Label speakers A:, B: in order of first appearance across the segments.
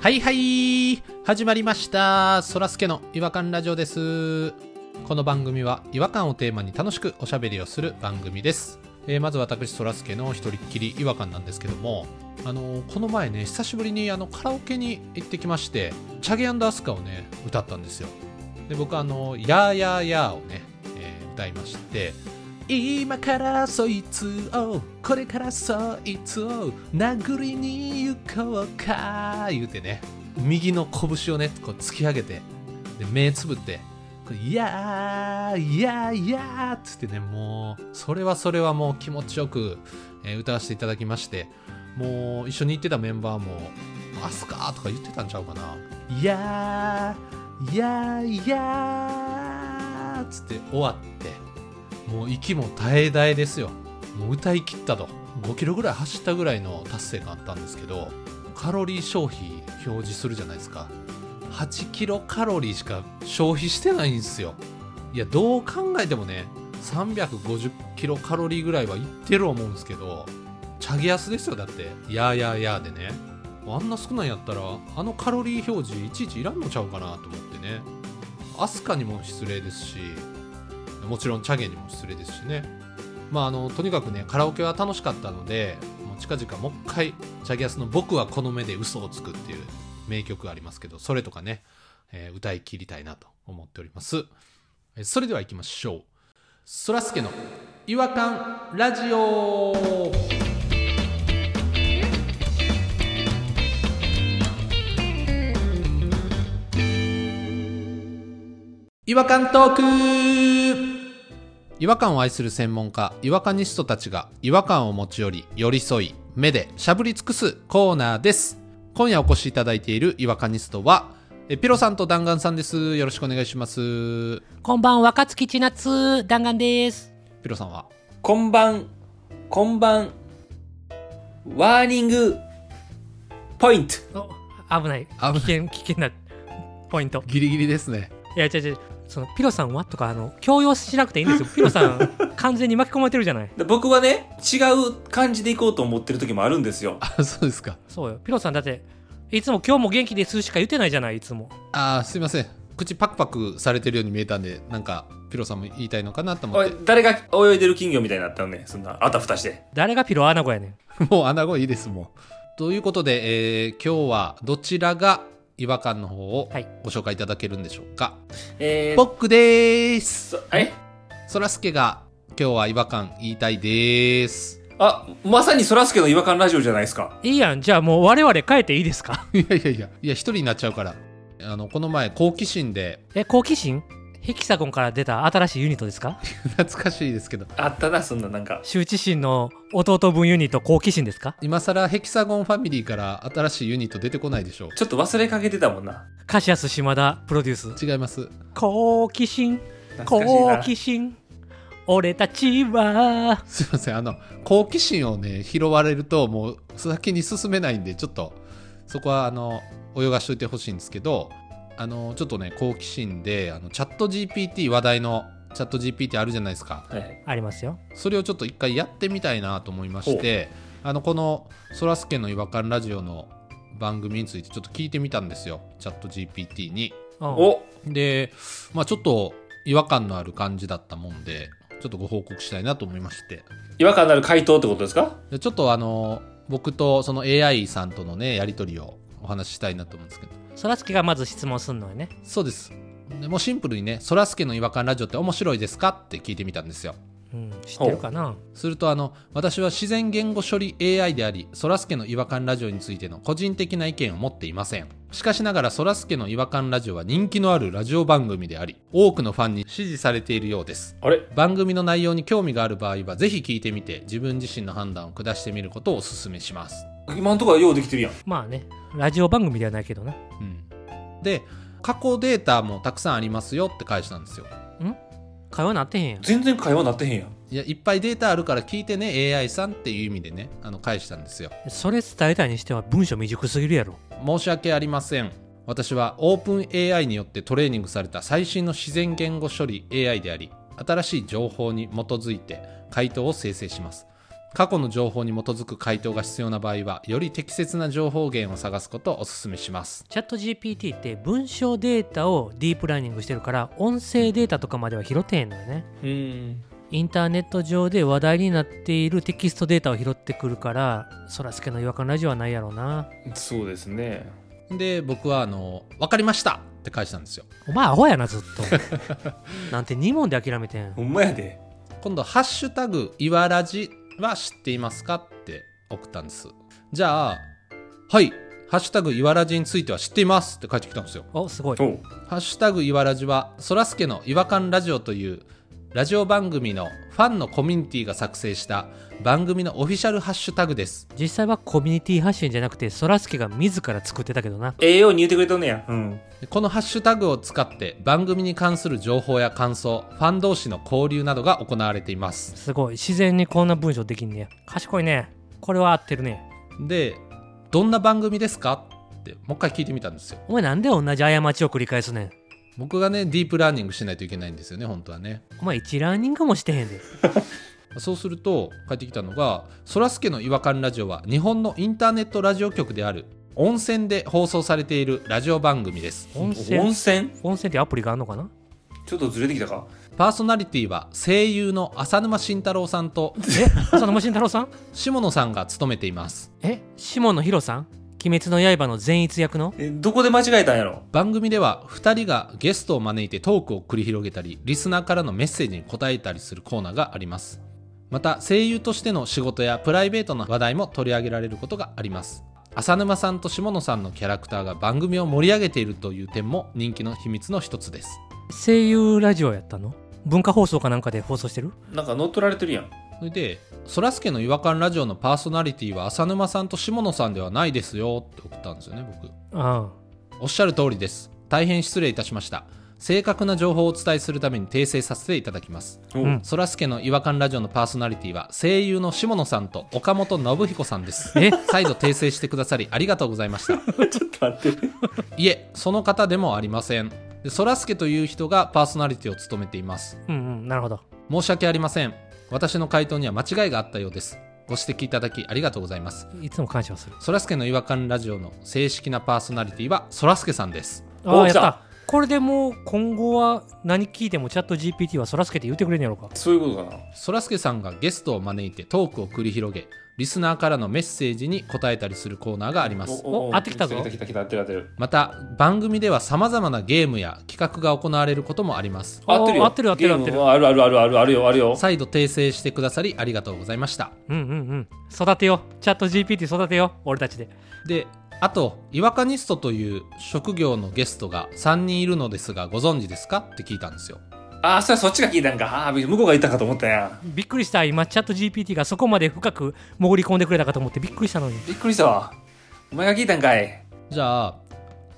A: はいはい始まりましたそらすけの違和感ラジオですこの番組は違和感をテーマに楽しくおしゃべりをする番組です、えーまず私そらすけの一人っきり違和感なんですけどもあのーこの前ね久しぶりにあのカラオケに行ってきましてチャゲアスカをね歌ったんですよで僕あのーやーやーやーをね、えー歌いまして今からそいつをこれからそいつを殴りに行こうか言うてね右の拳をねこう突き上げてで目つぶって「これいやーいやーいやー」っつってねもうそれはそれはもう気持ちよく、えー歌わせていただきましてもう一緒に行ってたメンバーも「マスカ」とか言ってたんちゃうかな「いやーいやーいやー」っつって終わって。もう息も絶え絶えですよもう歌い切ったと5キロぐらい走ったぐらいの達成感あったんですけどカロリー消費表示するじゃないですか8キロカロリーしか消費してないんですよいやどう考えてもね350キロカロリーぐらいはいってる思うんですけどチャゲアスですよだってやーやーやーでねあんな少ないんやったらあのカロリー表示いちいちいらんのちゃうかなと思ってねアスカにも失礼ですしもちろんチャゲにも失礼ですしねまああのとにかくねカラオケは楽しかったのでもう近々もう一回チャゲアスの「僕はこの目で嘘をつく」っていう名曲ありますけどそれとかね、えー歌い切りたいなと思っておりますえーそれでは行きましょうそらすけの「違和感ラジオ」違和感トーク違和感を愛する専門家違和感ニストたちが違和感を持ち寄り寄り添い目でしゃぶり尽くすコーナーです今夜お越しいただいている違和感ニストはえピロさんと弾丸さんですよろしくお願いします
B: こんばんは、若月千夏、弾丸です。
A: ピロさんは
C: こんばん、こんばん、ワーニング、ポイント。
B: 危ない。危険、危険なポイント。
A: ギリギリですね
B: いや、違う違う。その、ピロさんはとか、あの、強要しなくていいんですよ。ピロさん、 完全に巻き込まれてるじゃない。
C: で僕はね、違う感じでいこうと思ってる時もあるんですよ。
A: あそうですか
B: そうよ。ピロさん、だって、いつも今日も元気ですしか言ってないじゃない、いつも。
A: あーすいません口パクパクされてるように見えたんでなんかピロさんも言いたいのかなと思
C: お
A: っ
C: い
A: て、
C: 誰が泳いでる金魚みたいになったのね。そんな、あたふたして。
B: 誰がピロアナゴやねん。
A: もう穴子いいですもんということで、えー今日はどちらが違和感の方を
B: はい
A: ご紹介いただけるんでしょうか、
C: えー、
A: 僕でーす
C: そえ
A: そらすけが今日は違和感言いたいです。
C: あ、まさにそらすけの違和感ラジオじゃないですか。
B: いいやん。じゃあもう我々帰っていいですか
A: いやいやいや、いや一人になっちゃうから。あのこの前好奇心で
B: え、好奇心ヘキサゴンから出た新しいユニットですか
A: 懐かしいですけど、
C: あったな、そんな、なんか。
B: 羞恥心の弟分ユニット好奇心ですか
A: 今更ヘキサゴンファミリーから新しいユニット出てこないでしょ
C: ちょっと忘れかけてたもんな。
B: カシアス島田プロデュース。
A: う。違います。
B: 好奇心
C: 懐
B: 好
C: かしい
B: 奇心俺たちは
A: すいません。あの好奇心をね拾われるともう先に進めないんでちょっとそこはあの泳がしといてほしいんですけど、あのちょっとね好奇心であのチャット GPT 話題のチャット GPT あるじゃないですか。
C: な。はいはい
B: ありますよ
A: それをちょっと一回やってみたいなと思いましてあのこの「そらすけの違和感ラジオ」の番組についてちょっと聞いてみたんですよチャット GPT に。
B: お
C: お
A: で、まあ、ちょっと違和感のある感じだったもんでちょっとご報告したいなと思いまして
C: 違和感のある回答ってことですか
A: でちょっとあの僕とその AI さんとのねやり取りをお話ししたいなと思うんですけど
B: そらすけがまず質問すんのよね
A: そうですでもうシンプルにね「そらすけの違和感ラジオって面白いですか?」って聞いてみたんですよ。
B: うん知ってるかな
A: するとあの私は自然言語処理 AI でありそらすけの違和感ラジオについての個人的な意見を持っていませんしかしながらそらすけの違和感ラジオは人気のあるラジオ番組であり多くのファンに支持されているようです
C: あれ
A: 番組の内容に興味がある場合はぜひ聞いてみて自分自身の判断を下してみることをお勧めします
C: 今んとこはようできてるやん。
B: まあねラジオ番組ではないけどな
A: うんで過去データもたくさんありますよって返したんですよ
B: 会話なってへんやん
C: 全然会話なってへんやん。
A: いやいっぱいデータあるから聞いてね AI さんっていう意味でねあの返したんですよ
B: それ伝えたいにしては文章未熟すぎるやろ
A: 申し訳ありません私はオープン AI によってトレーニングされた最新の自然言語処理 AI であり新しい情報に基づいて回答を生成します過去の情報に基づく回答が必要な場合はより適切な情報源を探すことをお勧めします
B: チャット GPT って文章データをディープラーニングしてるから音声データとかまでは拾ってへんのよね
C: うん
B: インターネット上で話題になっているテキストデータを拾ってくるからそらすけの違和感ラジオはないやろうな
C: そうですね
A: で僕はあの「分かりました!」って返したんですよ
B: お前アホやなずっとなんて2問で諦めてん
C: ほんまやで
A: 今度「ハッシュタグいわらじは知っていますか?」って送ったんですじゃあ「はいハッシュタグいわらじについては知っています」って返ってきたんですよ
B: おすごい
C: おう
A: ハッシュタグいわらじは、そらすけの違和感ラジオというラジオ番組のファンのコミュニティが作成した番組のオフィシャルハッシュタグです。
B: 実際はコミュニティ発信じゃなくてそらすけが自ら作ってたけどな
C: ええように言うてくれとんねやうん
A: このハッシュタグを使って番組に関する情報や感想、ファン同士の交流などが行われています。
B: すごい自然にこんな文章できんねや賢いねこれは合ってるね
A: で、どんな番組ですかってもう一回聞いてみたんですよ。
B: お前なんで同じ過ちを繰り返すねん
A: 僕がね、ディープラーニングしないといけないんですよね、本当はね。
B: お前一ラーニングもしてへんで
A: そうすると返ってきたのが「そらすけの違和感ラジオ」は日本のインターネットラジオ局である温泉で放送されているラジオ番組です
B: 温
C: 温
B: 泉
C: 泉
B: 温泉ってアプリがあんのかな
C: ちょっとずれてきたか
A: パーソナリティは声優の浅沼慎太郎さんと
B: え浅沼慎太郎さん
A: 下野さんが務めています
B: え下野紘さん鬼滅の刃の善逸役の
C: えどこで間違えたんやろ
A: 番組では2人がゲストを招いてトークを繰り広げたりリスナーからのメッセージに答えたりするコーナーがありますまた声優としての仕事やプライベートな話題も取り上げられることがあります浅沼さんと下野さんのキャラクターが番組を盛り上げているという点も人気の秘密の一つです
B: 声優ラジオやったの文化放送かなんかで放送してる
C: なんか乗っ取られてるやん
A: それで「そらすけの違和感ラジオ」のパーソナリティは浅沼さんと下野さんではないですよって送ったんですよね僕
B: あ
A: おっしゃる通りです大変失礼いたしました正確な情報をお伝えするために訂正させていただきます
C: おう
B: うん
A: そらすけの違和感ラジオのパーソナリティは声優の下野さんと岡本信彦さんです
B: あえ
A: 再度訂正してくださりありがとうございました
C: ちょっと待って
A: いえその方でもありませんでそらすけという人がパーソナリティを務めています
B: うんうんなるほど
A: 申し訳ありません私の回答には間違いがあったようですご指摘いただきありがとうございます
B: いつも感謝をする
A: そらすけの違和感ラジオの正式なパーソナリティはそらすけさんです
B: あ
C: お
B: あや
C: 来
B: ったたこれでもう今後は何聞いてもチャット GPT はそらすけて言うてくれんやろか
C: そういうことかな
A: そらすけさんがゲストを招いてトークを繰り広げリスナーからのメッセージに答えたりするコーナーがあります
B: お合ってきたぞ
C: 来た来た来た合ってる合ってる
A: また番組ではさまざまなゲームや企画が行われることもあります
B: あー
C: 合ってるよ
B: 合ってる合ってる合ってる
C: ゲームあるあるあるあるあるよあるよ
A: 再度訂正してくださりありがとうございました
B: うんうんうん育てようチャット GPT 育てよう俺たちで
A: であと違和感ニストという職業のゲストが3人いるのですがご存知ですかって聞いたんですよ
C: ああそれそっちが聞いたんかああー向こうが言ったかと思ったやん
B: びっくりした今チャット GPT がそこまで深く潜り込んでくれたかと思ってびっくりしたのに
C: びっくりしたわお前が聞いたんかい
A: じゃあ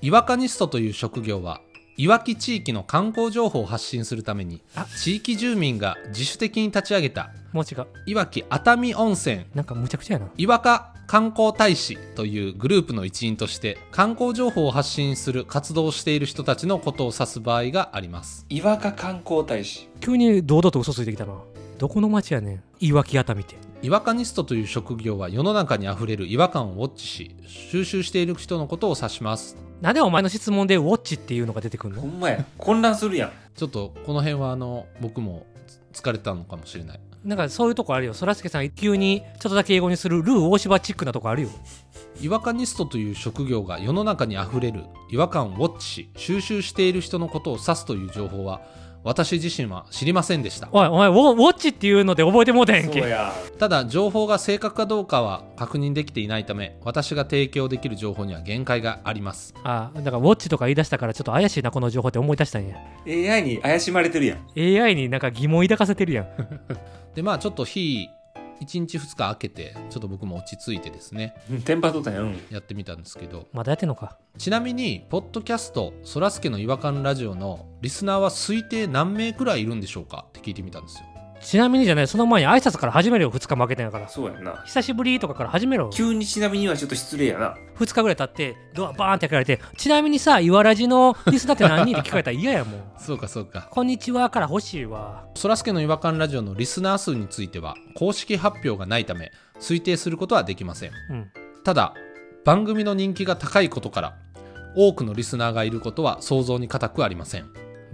A: 違和感ニストという職業はいわき地域の観光情報を発信するために
B: あ
A: 地域住民が自主的に立ち上げた
B: もう違う
A: いわき熱海温泉
B: なんかむちゃくちゃやな
A: 岩わか観光大使というグループの一員として観光情報を発信する活動をしている人たちのことを指す場合があります
C: 岩か観光大使
B: 急に堂々と嘘ついてきたなどこの町やねんいわき熱海って
A: 違和感ニストという職業は世の中にあふれる違和感をウォッチし収集している人のことを指します
B: なんでお前の質問でウォッチっていうのが出てくる
C: ほ
B: の
C: んまや混乱するやん
A: ちょっとこの辺はあの僕も疲れたのかもしれない
B: なんかそういうとこあるよそらすけさん急にちょっとだけ英語にするルー大柴チックなとこあるよ
A: 違和感ニストという職業が世の中にあふれる違和感をウォッチし収集している人のことを指すという情報は私自身は知りませんでした
B: おいお前ウォウォッチっていうので覚えてもうたやん
C: そう
B: け
C: や
A: ただ情報が正確かどうかは確認できていないため私が提供できる情報には限界があります
B: あだからウォッチとか言い出したからちょっと怪しいなこの情報って思い出したんや
C: AI に怪しまれてるやん
B: AI になんか疑問抱かせてるやん
A: でまあちょっと日1日2日空けてちょっと僕も落ち着いてですね
C: うんテンパっとったんやうん
A: やってみたんですけど
B: まだやってんのか
A: ちなみにポッドキャスト「そらすけの違和感ラジオ」のリスナーは推定何名くらいいるんでしょうかって聞いてみたんですよ
B: ちなみにじゃないその前に挨拶から始めるよ2日負けてんやから
C: そうやんな
B: 久しぶりとかから始めろ
C: 急にちなみにはちょっと失礼やな
B: 2日ぐらい経ってドアバーンって開けられてちなみにさ岩ラジのリスだって何人って聞かれたら嫌やもん
A: そうかそうか
B: こんにちはから欲しいわ
A: そらすけの違和感ラジオのリスナー数については公式発表がないため推定することはできません
B: うん
A: ただ番組の人気が高いことから多くのリスナーがいることは想像に難くありません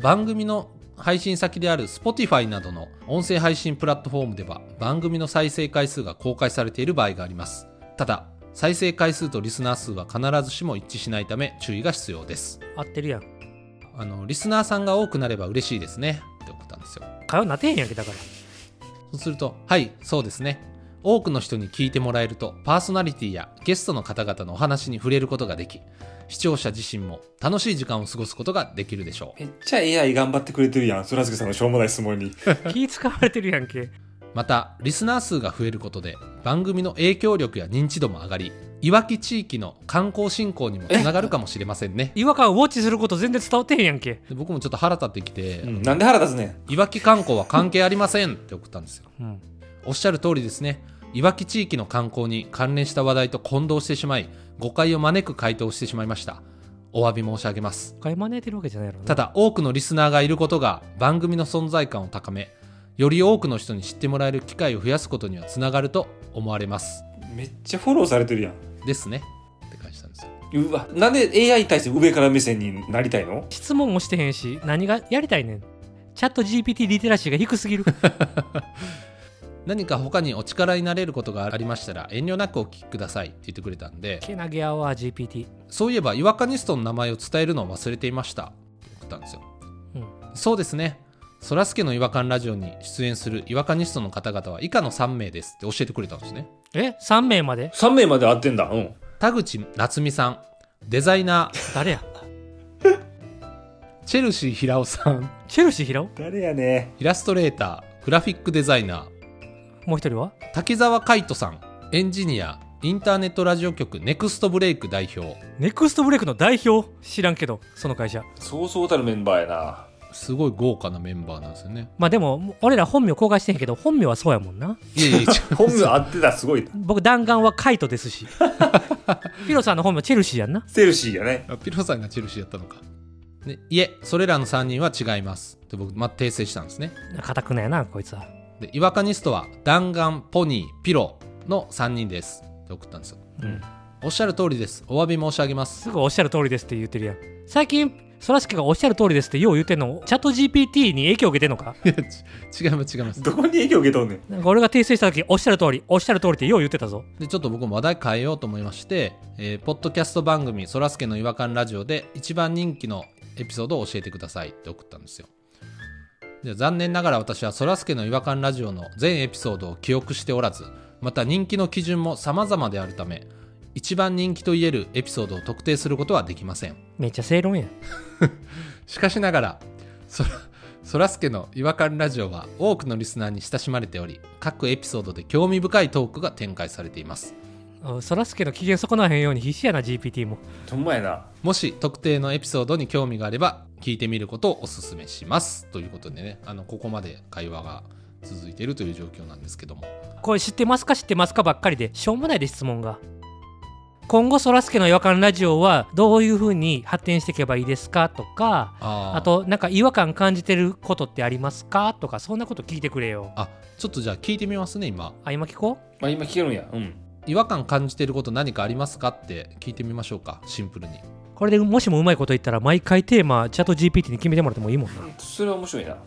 A: 番組の配信先である Spotify などの音声配信プラットフォームでは番組の再生回数が公開されている場合がありますただ再生回数とリスナー数は必ずしも一致しないため注意が必要です
B: 合ってるやん
A: あのリスナーさんが多くなれば嬉しいですねって送ったんですよ
B: 会話なってへんやんけだから
A: そうすると、はい、そうですね。多くの人に聞いてもらえると、パーソナリティやゲストの方々のお話に触れることができ、視聴者自身も楽しい時間を過ごすことができるでしょ
C: めっちゃ AI 頑張ってくれてるやんそらすけさんのしょうもない質問に
B: 気使われてるやんけ
A: う。また、リスナー数が増えることで、番組の影響力や認知度も上がり、いわき地域の観光振興にもつながるかもしれませんね。
B: 違和感をウォッチすること全然伝わってへんやんけ
A: で僕もちょっと腹立ってきて、
C: うんなんで腹立つねん
A: いわき観光は関係ありませんって送ったんですよ。
B: うん
A: おっしゃる通りですね。いわき地域の観光に関連した話題と混同してしまい、誤解を招く回答をしてしまいました。お詫び申し上げます。
B: 会招いてるわけじゃないやろな
A: ただ、多くのリスナーがいることが番組の存在感を高め、より多くの人に知ってもらえる機会を増やすことにはつながると思われます。
C: めっちゃフォローされてるやん
A: ですね。って返したんですよ。
C: うわなんで AI に対して上から目線になりたいの
B: 質問もしてへんし何がやりたいねんチャット GPT リテラシーが低すぎる
A: 何か他にお力になれることがありましたら遠慮なくお聞きくださいって言ってくれたんで、
B: けなげアワー GPT
A: そういえば違和感ニストの名前を伝えるのを忘れていましたって送ったんですよ、
B: うん
A: そうですねそらすけの違和感ラジオに出演する違和感ニストの方々は以下の3名ですって教えてくれたんですね
B: え3名まで
C: 3名まで合ってんだうん
A: 田口夏美さんデザイナ
B: 誰や
A: ーチェルシー平尾さん
B: チェルシー平尾
C: 誰やね
A: イラストレーターグラフィックデザイナ
B: もう一人は
A: ー滝沢海人さんエンジニアインターネットラジオ局ネクストブレイク代表
B: ネクストブレイクの代表知らんけどその会社
C: そうそうたるメンバーやな
A: すごい豪華なメンバーなんですよね
B: まあでももう俺ら本名公開してへんけど本名はそうやもんない
A: やいや違う
C: 本名合ってたすごいな
B: 僕弾丸はカイトですしピロさんの本名チェルシーやんな
C: セルシーやね
A: あピロさんがチェルシーやったのか。ね、いえ、それらの3人は違います。で僕、ま、訂正したんですね。
B: かたくなやなこいつは
A: で、違和感ニストは弾丸、ポニー、ピロの3人です。って送ったんですよ。
B: うん
A: おっしゃる通りです。お詫び申し上げます。
B: すぐおっしゃる通りですって言ってるやん最近そらすけがおっしゃる通りですってよう言ってんのチャット GPT に影響受けてんのか
A: いや ち違います、違います。
C: どこに影響受けとんねん
B: なんか俺が訂正した時おっしゃる通りおっしゃる通りってよう言ってたぞ
A: で、ちょっと僕も話題変えようと思いまして、えーポッドキャスト番組、そらすけの違和感ラジオで一番人気のエピソードを教えてくださいって送ったんですよ。で残念ながら私はそらすけの違和感ラジオの全エピソードを記憶しておらず、また人気の基準も様々であるため、一番人気といえるエピソードを特定することはできません。
B: めっちゃ正論やん
A: しかしながら、そら、そらすけの違和感ラジオは多くのリスナーに親しまれており、各エピソードで興味深いトークが展開されています。
B: あそらすけの機嫌損なわへんように必死やな GPT も
C: ほんまやな
A: もし特定のエピソードに興味があれば聞いてみることをお勧めしますということでねあのここまで会話が続いているという状況なんですけども
B: これ知ってますか知ってますかばっかりでしょうもないで質問が今後そらすけの違和感ラジオはどういう風に発展していけばいいですかとか
A: あー
B: あとなんか違和感感じてることってありますかとかそんなこと聞いてくれよ
A: あちょっとじゃあ聞いてみますね今
B: あ今聞こう
C: まあ今聞けるんやうん
A: 違和感感じてること何かありますかって聞いてみましょうかシンプルに
B: これでもしもうまいこと言ったら毎回テーマチャット GPT に決めてもらってもいいもんな
C: それは面白いな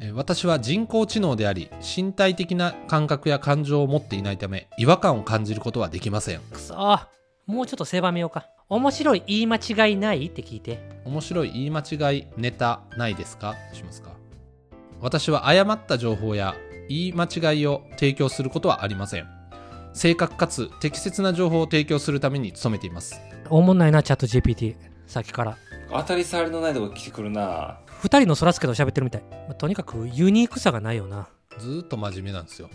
A: えー私は人工知能であり身体的な感覚や感情を持っていないため違和感を感じることはできません
B: くそーもうちょっと狭めようか面白い言い間違いないって聞いて
A: 面白い言い間違いネタないですかしますか私は誤った情報や言い間違いを提供することはありません正確かつ適切な情報を提供するために努めています
B: おもんないなチャット GPT さっきから
C: 当たり障りのないとこ来てくるな
B: 2人のそらすけと喋ってるみたい、まあとにかくユニークさがないよな
A: ずーっと真面目なんですよ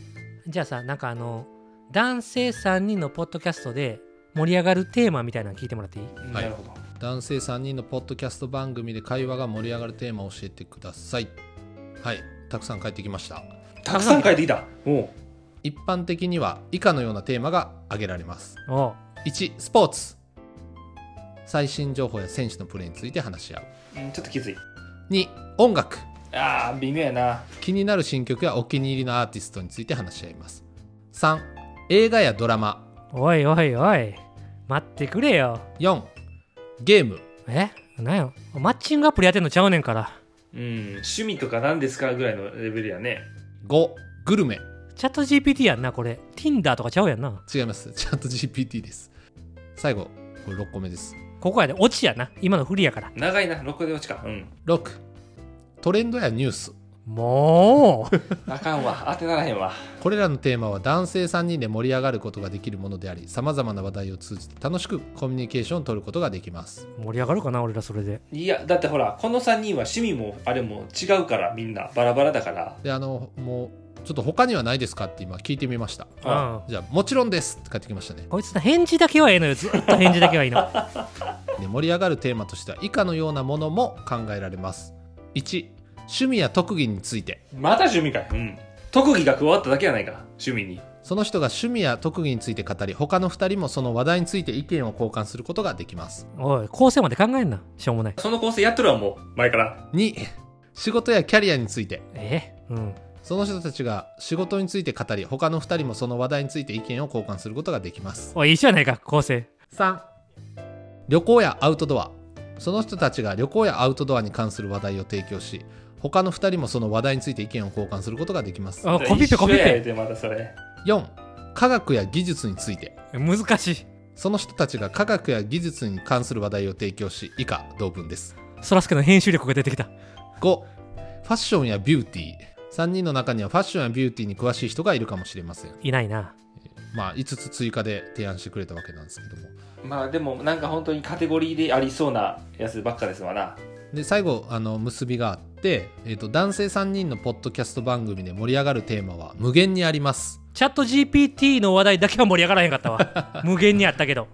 B: じゃあさなんかあの男性3人のポッドキャストで盛り上がるテーマみたいなの聞いてもらっていい
A: はい
C: なるほど
A: 男性3人のポッドキャスト番組で会話が盛り上がるテーマを教えてくださいはいたくさん帰ってきました
C: たくさん書いてきた。おう
A: 一般的には以下のようなテーマが挙げられます
B: おう
A: 1スポーツ最新情報や選手のプレーについて話し合う
C: うんちょっときつい。
A: 2音楽
C: ああ、微妙やな。
A: 気になる新曲やお気に入りのアーティストについて話し合います3映画やドラマ
B: おいおいおい待ってくれよ
A: 4ゲーム
B: えなんやマッチングアプリやってんのちゃうねんから
C: うん、趣味とか何ですかぐらいのレベルやね。
A: 5グルメ
B: チャット GPT やんなこれ Tinder とかちゃうやんな
A: 違いますチャット GPT です最後これ6個目です
B: ここやでオチやな今のフリやから
C: 長いな、6個で落ちか。うん。
A: 6トレンドやニュース
B: もう
C: あかんわ。当てならへんわ。
A: これらのテーマは男性3人で盛り上がることができるものでありさまざまな話題を通じて楽しくコミュニケーションを取ることができます
B: 盛り上がるかな俺らそれで
C: いや、だってほら、この3人は趣味もあれも違うから、みんな。バラバラだから。
A: であのもうちょっと他にはないですかって今聞いてみました
C: あ
A: じゃあもちろんですって返ってきましたね
B: こいつの返事だけはええのよずっと返事だけはいいの
A: で盛り上がるテーマとしては以下のようなものも考えられます1趣味や特技について
C: また趣味かい。うん。特技が加わっただけやないか。趣味に。
A: その人が趣味や特技について語り他の2人もその話題について意見を交換することができます
B: おい構成まで考えんなしょうもない
C: その構成やっとるわ、もう。前から。
A: 2仕事やキャリアについて
B: えうん
A: その人たちが仕事について語り他の2人もその話題について意見を交換することができます
B: おい一緒やないか構成
A: 3旅行やアウトドアその人たちが旅行やアウトドアに関する話題を提供し他の2人もその話題について意見を交換することができます
B: あコピペコピ
C: 一緒や言う
B: ペ
C: てまたそれ。
A: 4科学や技術について
B: 難しい
A: その人たちが科学や技術に関する話題を提供し以下同文です
B: そらすけの編集力が出てきた
A: 5ファッションやビューティー3人の中にはファッションやビューティーに詳しい人がいるかもしれません
B: いないな
A: まあ5つ追加で提案してくれたわけなんですけども
C: まあでも、なんか本当にカテゴリーでありそうなやつばっかですわな。
A: で最後あの結びがあって、えーと男性3人のポッドキャスト番組で盛り上がるテーマは無限にあります
B: チャット GPT の話題だけは盛り上がらへんかったわ無限にあったけど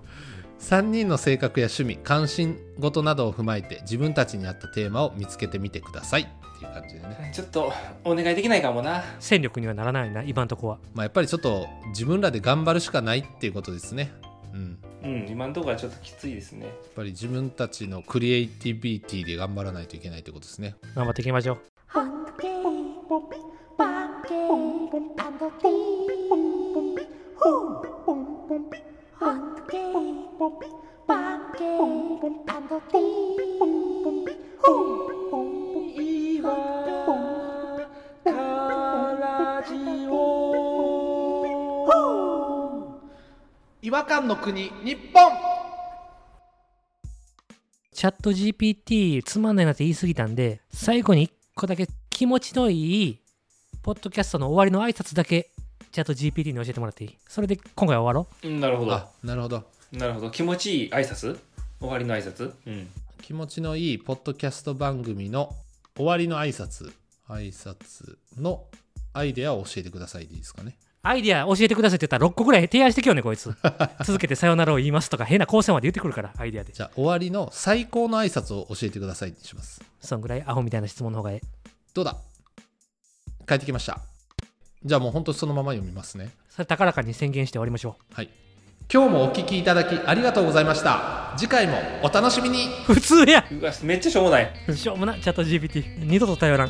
A: 3人の性格や趣味関心事などを踏まえて自分たちに合ったテーマを見つけてみてくださいっていう感じでね、
C: ちょっと、お願いできないかもな。
B: 戦力にはならないな今んとこは
A: まあ、やっぱりちょっと自分らで頑張るしかないっていうことですねうん
C: うん、今のところはちょっときついですね。
A: やっぱり自分たちのクリエイティビティで頑張らないといけないってことですね。
B: 頑張っていきましょう
D: Hunky,
A: 違和感の国、日本
B: チャット GPT つまんないなって言い過ぎたんで最後に一個だけ気持ちのいいポッドキャストの終わりの挨拶だけチャット GPT に教えてもらっていいそれで今回は終わろ
C: うん、なるほど
A: あ。なるほど。
C: なるほど。気持ちいい挨拶終わりの挨拶うん。
A: 気持ちのいいポッドキャスト番組の終わりの挨拶、挨拶のアイデアを教えてくださいでいいですかね。
B: うアイディア教えてくださいって言ったら6個ぐらい提案してきようねこいつ続けてさよならを言いますとか変な構成まで言ってくるからアイディアで
A: じゃあ終わりの最高の挨拶を教えてくださいにします。
B: そんぐらいアホみたいな質問の方がええ
A: どうだ帰ってきました。じゃあもう本当そのまま読みますね。
B: それ高らかに宣言して終わりましょ
A: はい。今日もお聞きいただきありがとうございました。次回もお楽しみに
B: う普通や
C: うわ、めっちゃしょうもない。
B: しょうもなチャット GPT 二度と頼らん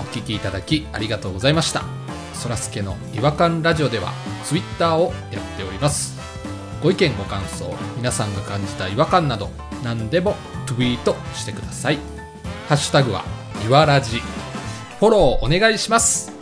A: お聞きいただきありがとうございましたそらすけの違和感ラジオではツイッターをやっておりますご意見ご感想皆さんが感じた違和感など何でもツイートしてくださいハッシュタグはいわらじフォローお願いします